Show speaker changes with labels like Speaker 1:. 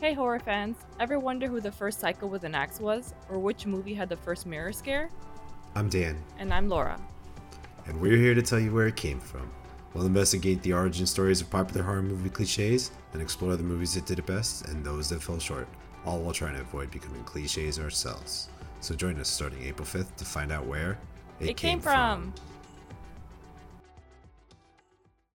Speaker 1: Hey, horror fans! Ever wonder who the first psycho with an axe was, or which movie had the first mirror scare?
Speaker 2: I'm Dan,
Speaker 1: And I'm Laura.
Speaker 2: and we're here to tell you where it came from. We'll investigate the origin stories of popular horror movie cliches and explore the movies that did it best and those that fell short, all while trying to avoid becoming cliches ourselves. So join us starting April 5th to find out where
Speaker 1: It, came, from.